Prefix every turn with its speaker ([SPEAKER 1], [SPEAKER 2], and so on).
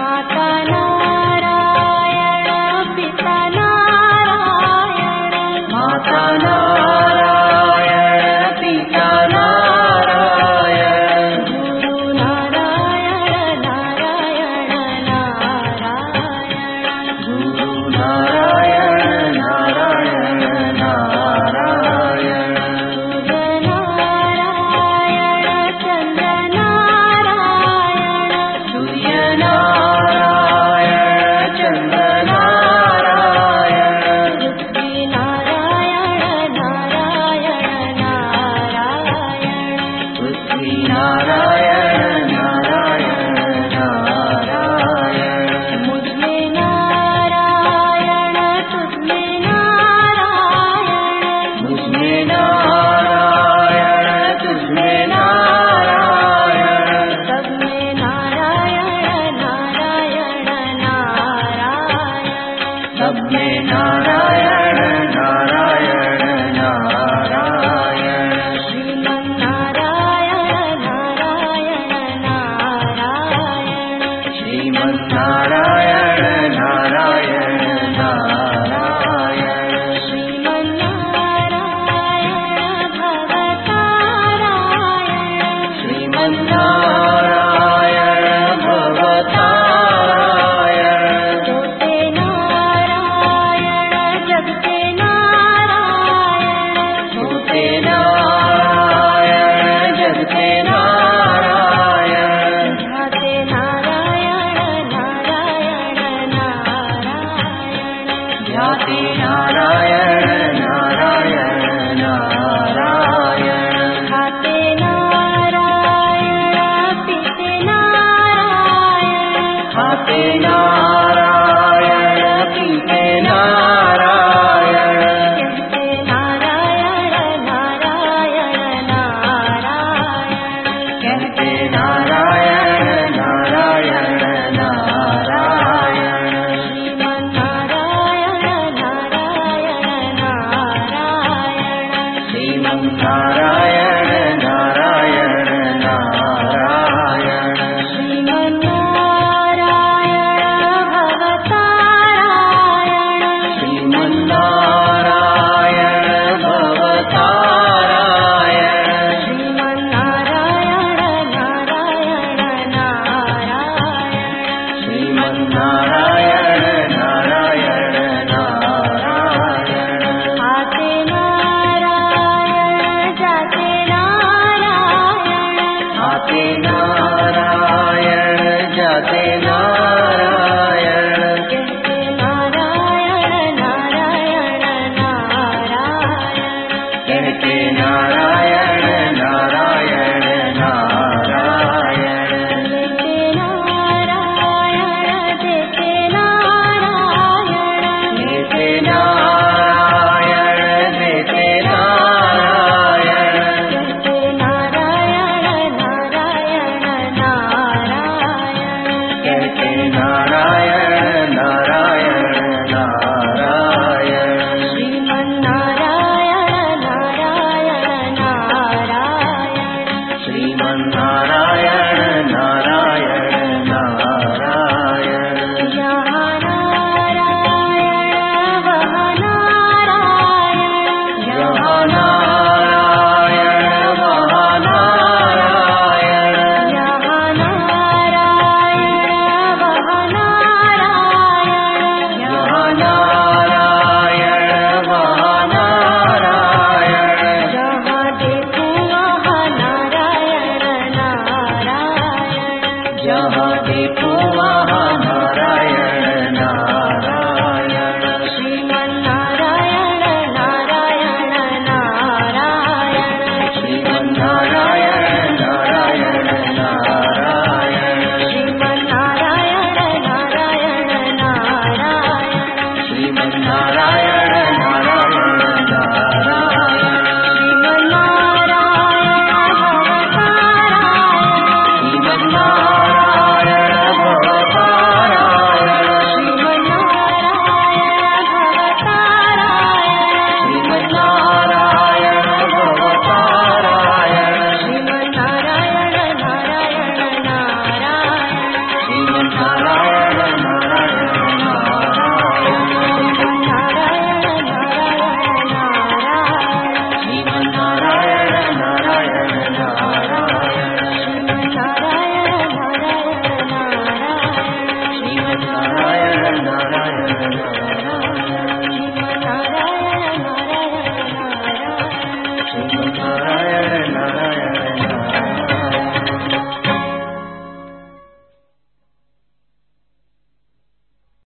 [SPEAKER 1] ಮಾತಾನ